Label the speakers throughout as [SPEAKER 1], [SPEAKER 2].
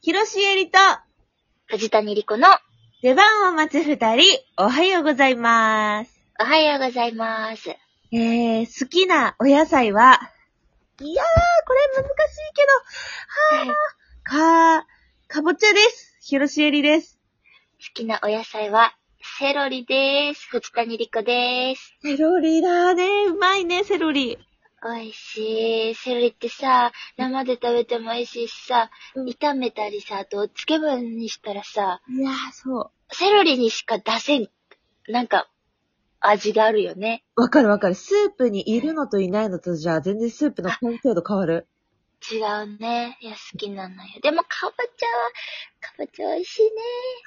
[SPEAKER 1] 広しえりと、
[SPEAKER 2] 藤谷莉子の
[SPEAKER 1] 出番を待つ二人、おはようございます。
[SPEAKER 2] おはようございます。い
[SPEAKER 1] えー、好きなお野菜は、いやー、これ難しいけ
[SPEAKER 2] はい
[SPEAKER 1] ど、はー、か、かぼちゃです。広しえりです。
[SPEAKER 2] 好きなお野菜は、セロリです。藤谷莉子です。
[SPEAKER 1] セロリだね。うまいね、セロリ。
[SPEAKER 2] 美味しい。セロリってさ、生で食べても美味しいしさ、
[SPEAKER 1] うん
[SPEAKER 2] 炒めたりさ、あと、漬物にしたらさ、
[SPEAKER 1] いやー、そ
[SPEAKER 2] セロリにしか出せん、なんか、味があるよね。
[SPEAKER 1] う。わかるわかる。スープにいるのといないのとじゃ、全然スープの完成度変わる。
[SPEAKER 2] 違うね。いや、好きなのよ。でも、かぼちゃは、かぼちゃ美味しいね。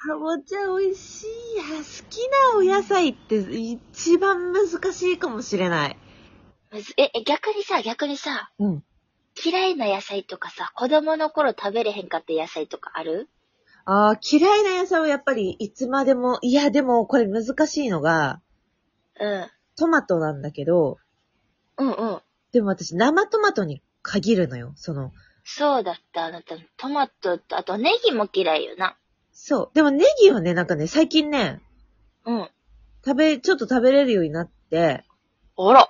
[SPEAKER 1] かぼちゃ美味しい。いや好きなお野菜って一番難しいかもしれない。
[SPEAKER 2] むずえ、え逆にさ、逆にさ、
[SPEAKER 1] うん。
[SPEAKER 2] 嫌いな野菜とかさ、子供の頃食べれへんかった野菜とかある
[SPEAKER 1] ああ、嫌いな野菜はやっぱりいつまでも、いや、でもこれ難しいのが、
[SPEAKER 2] うん。
[SPEAKER 1] トマトなんだけど、
[SPEAKER 2] うんうん。
[SPEAKER 1] でも私生トマトに限るのよ。その、
[SPEAKER 2] そうだった、あなた。トマトと、あとネギも嫌いよな。
[SPEAKER 1] そう。でもネギはね、なんかね、最近ね、
[SPEAKER 2] うん。
[SPEAKER 1] 食べ、ちょっと食べれるようになって、
[SPEAKER 2] あら。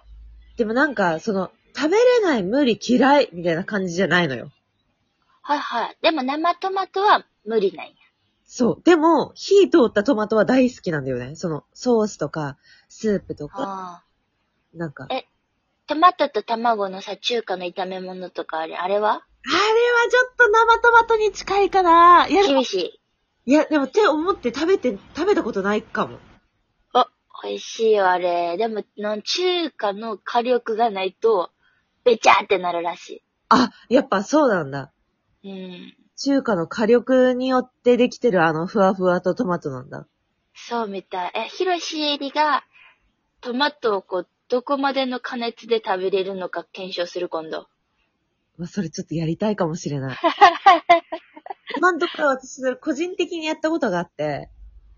[SPEAKER 1] でもなんか、その、食べれない、無理、嫌い、みたいな感じじゃないのよ。
[SPEAKER 2] はいはい。でも生トマトは無理なんや。
[SPEAKER 1] そう。でも、火通ったトマトは大好きなんだよね。その、ソースとか、スープとか、
[SPEAKER 2] ああ。
[SPEAKER 1] なんか。あれ
[SPEAKER 2] えトマトと卵のさ、中華の炒め物とかあれ、あれは
[SPEAKER 1] はちょっと生トマトに近いかな。いや、
[SPEAKER 2] 厳しい。
[SPEAKER 1] いや、でもって思って食べて、食べたことないかも。
[SPEAKER 2] あ、美味しいよ、あれ。でも、なん中華の火力がないと、べちゃーってなるらし
[SPEAKER 1] あ、やっぱそうなんだ。
[SPEAKER 2] い。うん。
[SPEAKER 1] 中華の火力によってできてるあの、ふわふわとトマトなんだ。
[SPEAKER 2] そうみたい。え、ヒロシエリが、トマトをこう、どこまでの加熱で食べれるのか検証する今度。
[SPEAKER 1] まあ、それちょっとやりたいかもしれない。 今んところ私、それ個人的にやったことがあって、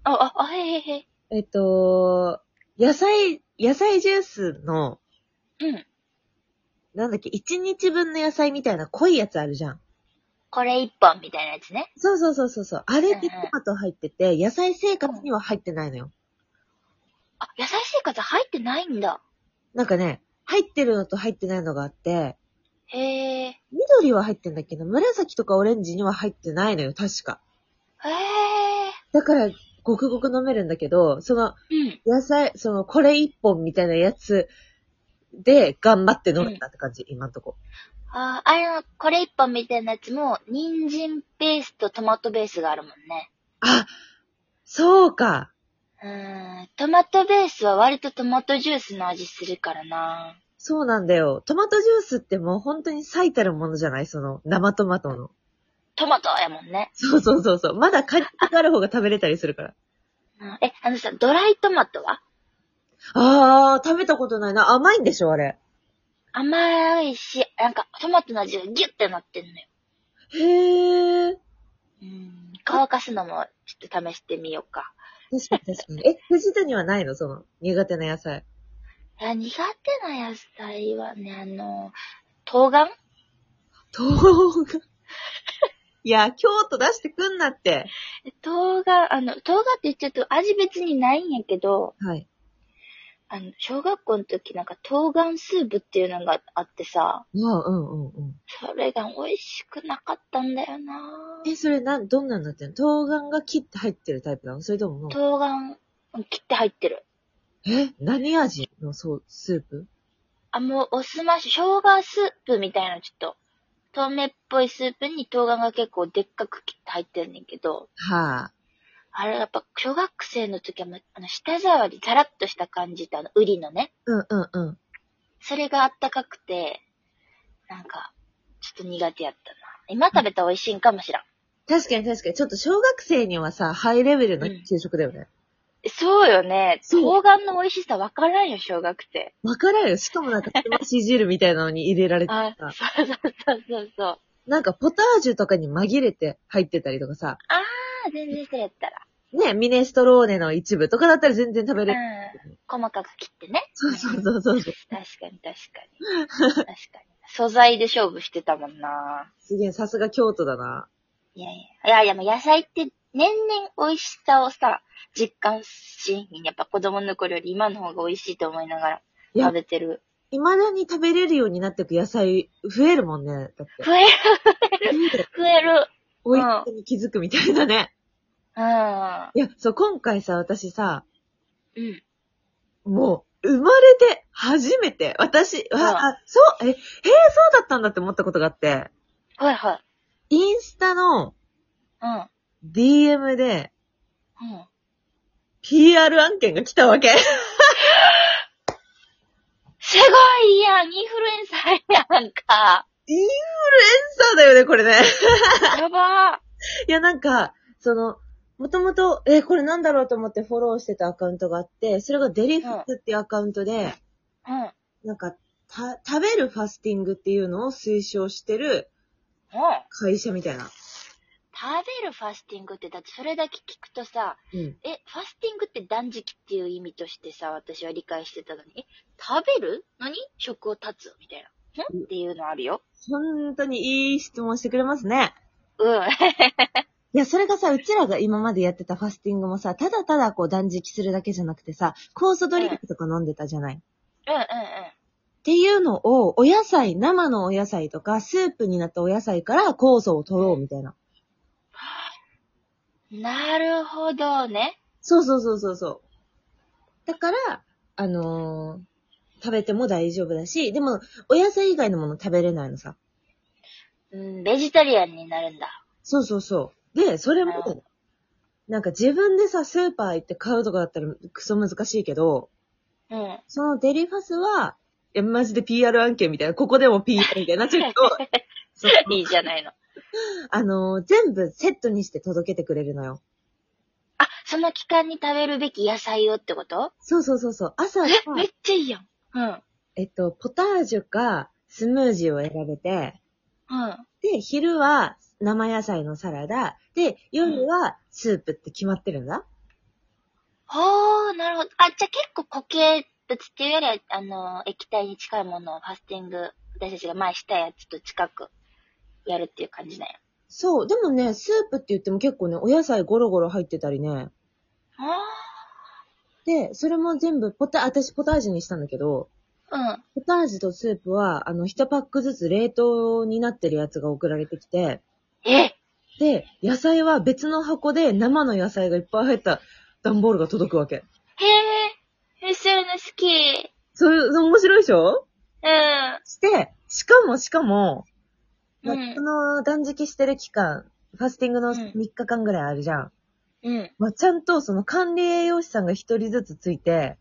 [SPEAKER 2] あ、あ、あ、へいへいへい。
[SPEAKER 1] えっと、野菜、野菜ジュースの、
[SPEAKER 2] うん。
[SPEAKER 1] なんだっけ、1日分の野菜みたいな濃いやつあるじゃん。
[SPEAKER 2] これ一本みたいなやつね。
[SPEAKER 1] そうそうそうそうそう。あれって
[SPEAKER 2] う
[SPEAKER 1] ト
[SPEAKER 2] んうん
[SPEAKER 1] マト入ってて、野菜生活には入ってないのよ。
[SPEAKER 2] あ、野菜生活入ってないんだ。
[SPEAKER 1] なんかね、入ってるのと入ってないのがあって、
[SPEAKER 2] へえ。へえ。
[SPEAKER 1] 緑は入ってんだっけど、紫とかオレンジには入ってないのよ、確か。だから、ごくごく飲めるんだけど、その、
[SPEAKER 2] うん。
[SPEAKER 1] 野菜、その、これ一本みたいなやつで、頑張って飲めたって感じ、今んとこ。
[SPEAKER 2] あ、あれの、これ一本みたいなやつも、人参ベースとトマトベースがあるもんね。
[SPEAKER 1] あ、そうか。
[SPEAKER 2] うーん。トマトベースは割とトマトジュースの味するからな。
[SPEAKER 1] そうなんだよ。トマトジュースってもう本当に最たるものじゃないその、生トマトの。
[SPEAKER 2] トマトやもんね。
[SPEAKER 1] そうそうそうそう。まだ果肉がある方が食べれたりするから。
[SPEAKER 2] うんえ、あのさ、ドライトマトは
[SPEAKER 1] あー、食べたことないな。甘いんでしょ、あれ。
[SPEAKER 2] 甘いし、なんかトマトの味がギュッてなってんのよ。
[SPEAKER 1] へー。
[SPEAKER 2] うん。乾かすのもちょっと試してみようか。
[SPEAKER 1] 確かに確かに。え、藤田にはないのその、苦手な野菜。
[SPEAKER 2] いや、苦手な野菜はね、あの、冬瓜
[SPEAKER 1] 豆腐が。 いや、京都出してくんなって。
[SPEAKER 2] 冬瓜、あの、冬瓜って言っちゃうと味別にないんやけど、
[SPEAKER 1] はい。
[SPEAKER 2] あの、小学校の時なんか冬瓜スープっていうのがあってさ、
[SPEAKER 1] うんうんうんうん。
[SPEAKER 2] それが美味しくなかったんだよなぁ
[SPEAKER 1] え、それなん、どんなのってんの冬瓜が切って入ってるタイプなのそれとももう、
[SPEAKER 2] 冬瓜、うん切って入ってる。
[SPEAKER 1] え何味のそう、スープ
[SPEAKER 2] あ、もう、おすまし、生姜スープみたいな、ちょっと、透明っぽいスープに冬瓜が結構でっかく切って入ってるんだけど、
[SPEAKER 1] はぁ、
[SPEAKER 2] あれやっぱ、小学生の時はもう、あの、舌触り、ザラッとした感じと、あの、ウリのね、
[SPEAKER 1] うんうんうん。
[SPEAKER 2] それがあったかくて、なんか、ちょっと苦手やったな。今食べたら美味しいんかもしらん。
[SPEAKER 1] 確かに確かに。ちょっと小学生にはさ、ハイレベルの給食だよね。
[SPEAKER 2] そうよね。
[SPEAKER 1] そう
[SPEAKER 2] 冬瓜の美味しさ分からんよ、小学生。
[SPEAKER 1] わからんよ。しかもなんか、すまし汁みたいなのに入れられて
[SPEAKER 2] あ、
[SPEAKER 1] さ、
[SPEAKER 2] そうそうそうそうそう。あ
[SPEAKER 1] なんかポタージュとかに紛れて入ってたりとかさ、
[SPEAKER 2] ー全然それやったら。
[SPEAKER 1] ね、ミネストローネの一部とかだったら全然食べれる。
[SPEAKER 2] うん。細かく切ってね。
[SPEAKER 1] そうそうそうそうそう。
[SPEAKER 2] 確かに確かに。確かに。素材で勝負してたもんな
[SPEAKER 1] すげえ、さすが京都だな。
[SPEAKER 2] いやいや。いやいや、もう野菜って年々美味しさをさ、実感し、やっぱ子供の頃より今の方が美味しいと思いながら
[SPEAKER 1] いや
[SPEAKER 2] 食べてる。
[SPEAKER 1] 未だに食べれるようになっていく野菜、増えるもんね。 だって。
[SPEAKER 2] 増える、
[SPEAKER 1] うん
[SPEAKER 2] 増える。
[SPEAKER 1] おいっ子に気づくみたいなね。
[SPEAKER 2] うん。
[SPEAKER 1] いや、そう、今回さ、私さ、
[SPEAKER 2] うん。
[SPEAKER 1] もう、生まれて初めて、私、あ、
[SPEAKER 2] うん
[SPEAKER 1] あ、そう、え、へえ、そうだったんだって思ったことがあって、
[SPEAKER 2] はいはい。
[SPEAKER 1] インスタの
[SPEAKER 2] うん。うん。
[SPEAKER 1] DM で PR 案件が来たわけ。
[SPEAKER 2] すごいやんインフルエンサーやんか
[SPEAKER 1] インフルエンサーだよね、これね。
[SPEAKER 2] やば
[SPEAKER 1] いや、なんか、その、もともと、え、これなんだろうと思ってフォローしてたアカウントがあって、それがデリフツっていうアカウントで、
[SPEAKER 2] ーうん。うん。
[SPEAKER 1] なんか、た、食べるファスティングっていうのを推奨してる会社みたいな。
[SPEAKER 2] 食べるファスティングって、だってそれだけ聞くとさ、
[SPEAKER 1] うん。
[SPEAKER 2] え、ファスティングって断食っていう意味としてさ、私は理解してたのに、え、食べる何食を断つみたいな。んっていうのあるよ。
[SPEAKER 1] 本当にいい質問してくれますね。
[SPEAKER 2] うん。
[SPEAKER 1] いや、それがさ、うちらが今までやってたファスティングもさ、ただただこう断食するだけじゃなくてさ、酵素ドリンクとか飲んでたじゃない。
[SPEAKER 2] うんうんうん。
[SPEAKER 1] っていうのを、お野菜、生のお野菜とか、スープになったお野菜から酵素を取ろうみたいな。
[SPEAKER 2] なるほどね。
[SPEAKER 1] そうそうそうそうそう。だから、あのー食べても大丈夫だし、でも、お野菜以外のもの食べれないのさ。
[SPEAKER 2] うん、ベジタリアンになるんだ。
[SPEAKER 1] そうそうそう。で、それ
[SPEAKER 2] う
[SPEAKER 1] も、なんか自分でさ、スーパー行って買うとかだったらクソ難しいけど、
[SPEAKER 2] うん。
[SPEAKER 1] そのデリファスは、いや、マジで PR 案件みたいな、ここでも PR みたいな、ちょっと、 そう
[SPEAKER 2] いいじゃないの。
[SPEAKER 1] あのー全部セットにして届けてくれるのよ。
[SPEAKER 2] あ、その期間に食べるべき野菜をってこと
[SPEAKER 1] そうそうそうそう。朝 は、
[SPEAKER 2] めっちゃいいやん。うん。
[SPEAKER 1] えっと、ポタージュか、スムージーを選べて、
[SPEAKER 2] うん。
[SPEAKER 1] で、昼は生野菜のサラダ、で、夜はスープって決まってるんだ。
[SPEAKER 2] ほー、なるほど。あ、じゃあ結構固形物っていうよりは、あの、液体に近いものをファスティング、私たちが前したやつと近くやるっていう感じだよ。
[SPEAKER 1] そう、でもね、スープって言っても結構ね、お野菜ゴロゴロ入ってたりね。
[SPEAKER 2] あ
[SPEAKER 1] で、それも全部ポタ、私ポタージュにしたんだけど、
[SPEAKER 2] ー。うん。
[SPEAKER 1] ポタージュとスープは、あの、一パックずつ冷凍になってるやつが送られてきて、
[SPEAKER 2] え、
[SPEAKER 1] で、野菜は別の箱で生の野菜がいっぱい入った段ボールが届くわけ。
[SPEAKER 2] へえ、そういうの好き。
[SPEAKER 1] そういう、面白いでしょ
[SPEAKER 2] うん。
[SPEAKER 1] して、しかもしかも、まあ
[SPEAKER 2] うん
[SPEAKER 1] この断食してる期間、ファスティングの
[SPEAKER 2] うん
[SPEAKER 1] 3日間ぐらいあるじゃん。
[SPEAKER 2] うん。
[SPEAKER 1] まあ、ちゃんとその管理栄養士さんが一人ずつついて、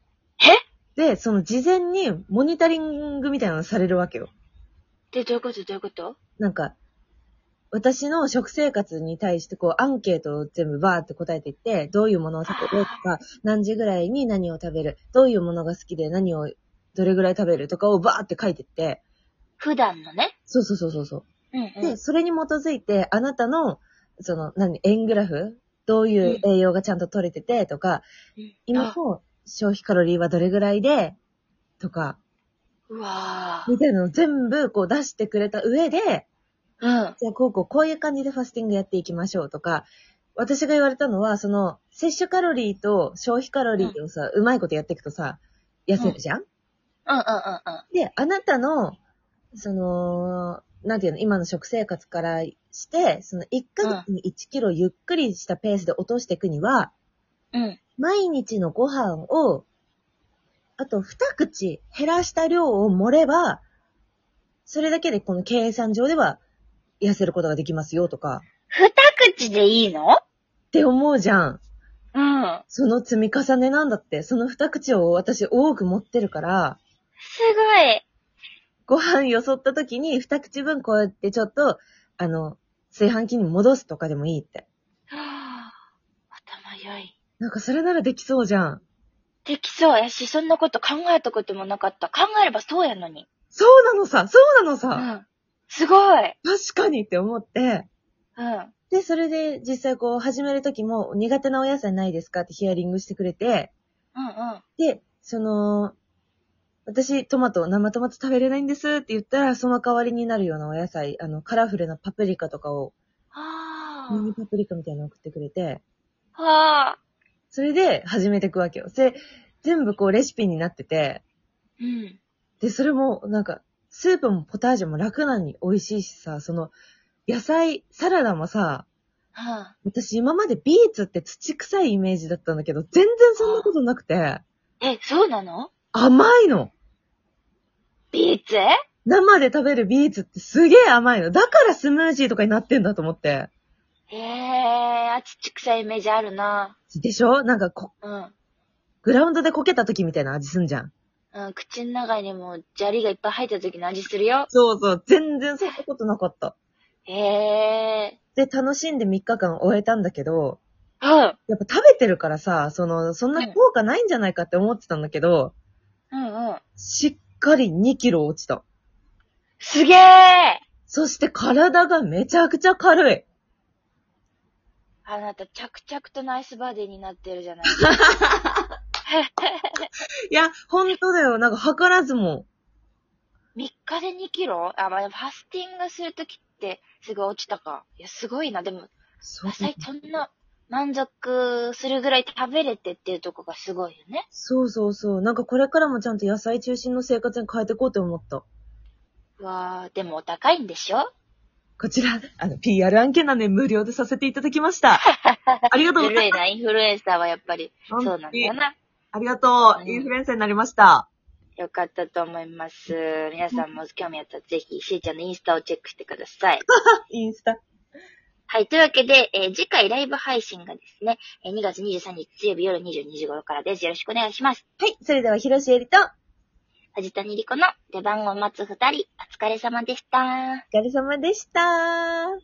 [SPEAKER 1] で、その事前にモニタリングみたいなのされるわけよ。
[SPEAKER 2] で、どういうことどういうこと
[SPEAKER 1] なんか、私の食生活に対してこうアンケートを全部バーって答えていって、どういうものを食べるとか、何時ぐらいに何を食べる、どういうものが好きで何をどれぐらい食べるとかをバーって書いていって、
[SPEAKER 2] 普段のね。
[SPEAKER 1] そうそうそうそうそう。
[SPEAKER 2] うん、う
[SPEAKER 1] で、
[SPEAKER 2] ん。
[SPEAKER 1] それに基づいて、あなたの、その、何、円グラフどういう栄養がちゃんと取れてて、とか、今
[SPEAKER 2] あ
[SPEAKER 1] の消費カロリーはどれぐらいで、とか、
[SPEAKER 2] うわー。
[SPEAKER 1] みたいなのを全部こう出してくれた上で、
[SPEAKER 2] うん。
[SPEAKER 1] じゃあこうこうこういう感じでファスティングやっていきましょうとか、私が言われたのは、その、摂取カロリーと消費カロリーをさ、うまいことやっていくとさ、痩せるじゃん、
[SPEAKER 2] うんうんうんうん。
[SPEAKER 1] で、あなたの、その、なんていうの、今の食生活からして、その1ヶ月に1キロゆっくりしたペースで落としていくには、
[SPEAKER 2] うん。
[SPEAKER 1] 毎日のご飯を、あと2口減らした量を盛れば、それだけでこの計算上では痩せることができますよとか、
[SPEAKER 2] 二口でいいの
[SPEAKER 1] って思うじゃん。
[SPEAKER 2] うん。
[SPEAKER 1] その積み重ねなんだって、その2口を私多く持ってるから、
[SPEAKER 2] す
[SPEAKER 1] ご
[SPEAKER 2] ごい。
[SPEAKER 1] 飯よそった時に二口分こうやってちょっと、あの、炊飯器に戻すとかでもいいって。
[SPEAKER 2] はぁ頭良い。
[SPEAKER 1] なんかそれならできそうじゃん。
[SPEAKER 2] できそうやし、そんなこと考えたこともなかった。考えればそうやのに。
[SPEAKER 1] そうなのさそうなの
[SPEAKER 2] う
[SPEAKER 1] さ、
[SPEAKER 2] ん。すごい。
[SPEAKER 1] 確かにって思って。
[SPEAKER 2] うん。
[SPEAKER 1] で、それで実際こう始める時も苦手なお野菜ないですかってヒアリングしてくれて。
[SPEAKER 2] うんうん。
[SPEAKER 1] で、その、私トマト、生トマト食べれないんですって言ったら、その代わりになるようなお野菜、あの、カラフルなパプリカとかを
[SPEAKER 2] ああ
[SPEAKER 1] ミニパプリカみたいなの送ってくれて、
[SPEAKER 2] あ。はあ。
[SPEAKER 1] それで始めていくわけよ。で、全部こうレシピになってて、
[SPEAKER 2] うん。
[SPEAKER 1] で、それもなんか、スープもポタージュも楽なのに美味しいしさ、その、野菜、サラダもさ、
[SPEAKER 2] はあ。
[SPEAKER 1] 私今までビーツって土臭いイメージだったんだけど、全然そんなことなくて、
[SPEAKER 2] え、そうなの
[SPEAKER 1] 甘いの
[SPEAKER 2] ビーツ
[SPEAKER 1] 生で食べるビーツってすげえ甘いの。だからスムージーとかになってんだと思って。
[SPEAKER 2] ええー、あちっち臭いイメージあるな。
[SPEAKER 1] でしょなんかこ、
[SPEAKER 2] うん。
[SPEAKER 1] グラウンドでこけた時みたいな味すんじゃん。
[SPEAKER 2] うん、口の中にも砂利がいっぱい入った時の味するよ。
[SPEAKER 1] そうそう。全然そんなことなかった。
[SPEAKER 2] ええ
[SPEAKER 1] で、楽しんで3日間終えたんだけど、
[SPEAKER 2] ー。うん。
[SPEAKER 1] やっぱ食べてるからさ、その、そんな効果ないんじゃないかって思ってたんだけど、
[SPEAKER 2] うんうん。
[SPEAKER 1] しっかり2キロ落ちた。
[SPEAKER 2] すげえ
[SPEAKER 1] そして体がめちゃくちゃ軽い。
[SPEAKER 2] あなた、着々とナイスバディになってるじゃないですか。
[SPEAKER 1] いや、ほんとだよ。なんか測らずも。
[SPEAKER 2] 3日で2キロあ、まあ、でもファスティングするときってすごい落ちたか。いや、すごいな。でも、
[SPEAKER 1] そう
[SPEAKER 2] 野菜そんな満足するぐらい食べれてっていうとこがすごいよね。
[SPEAKER 1] そうそうそう。なんかこれからもちゃんと野菜中心の生活に変えていこうと思った。
[SPEAKER 2] うわー、でもお高いんでしょ
[SPEAKER 1] こちら、あの、PR 案件なんで無料でさせていただきま した。ありがとうござ
[SPEAKER 2] 古
[SPEAKER 1] い
[SPEAKER 2] い
[SPEAKER 1] ます。
[SPEAKER 2] な、インフルエンサーはやっぱり、 そうなんだよな。
[SPEAKER 1] ありがと
[SPEAKER 2] う
[SPEAKER 1] う。
[SPEAKER 2] ん
[SPEAKER 1] インフルエンサーになりました。
[SPEAKER 2] よかったと思います。皆さんも興味あったらぜひ、しーちゃんのインスタをチェックしてください。
[SPEAKER 1] インスタ。
[SPEAKER 2] はい、というわけで、えー次回ライブ配信がですね、えー2月23日水曜日夜22時頃からです。よろしくお願いします。
[SPEAKER 1] はい、それでは、広瀬えりと、お
[SPEAKER 2] 藤谷莉子の出番を待つ二人、お疲れ様でした。
[SPEAKER 1] 疲れ様でした。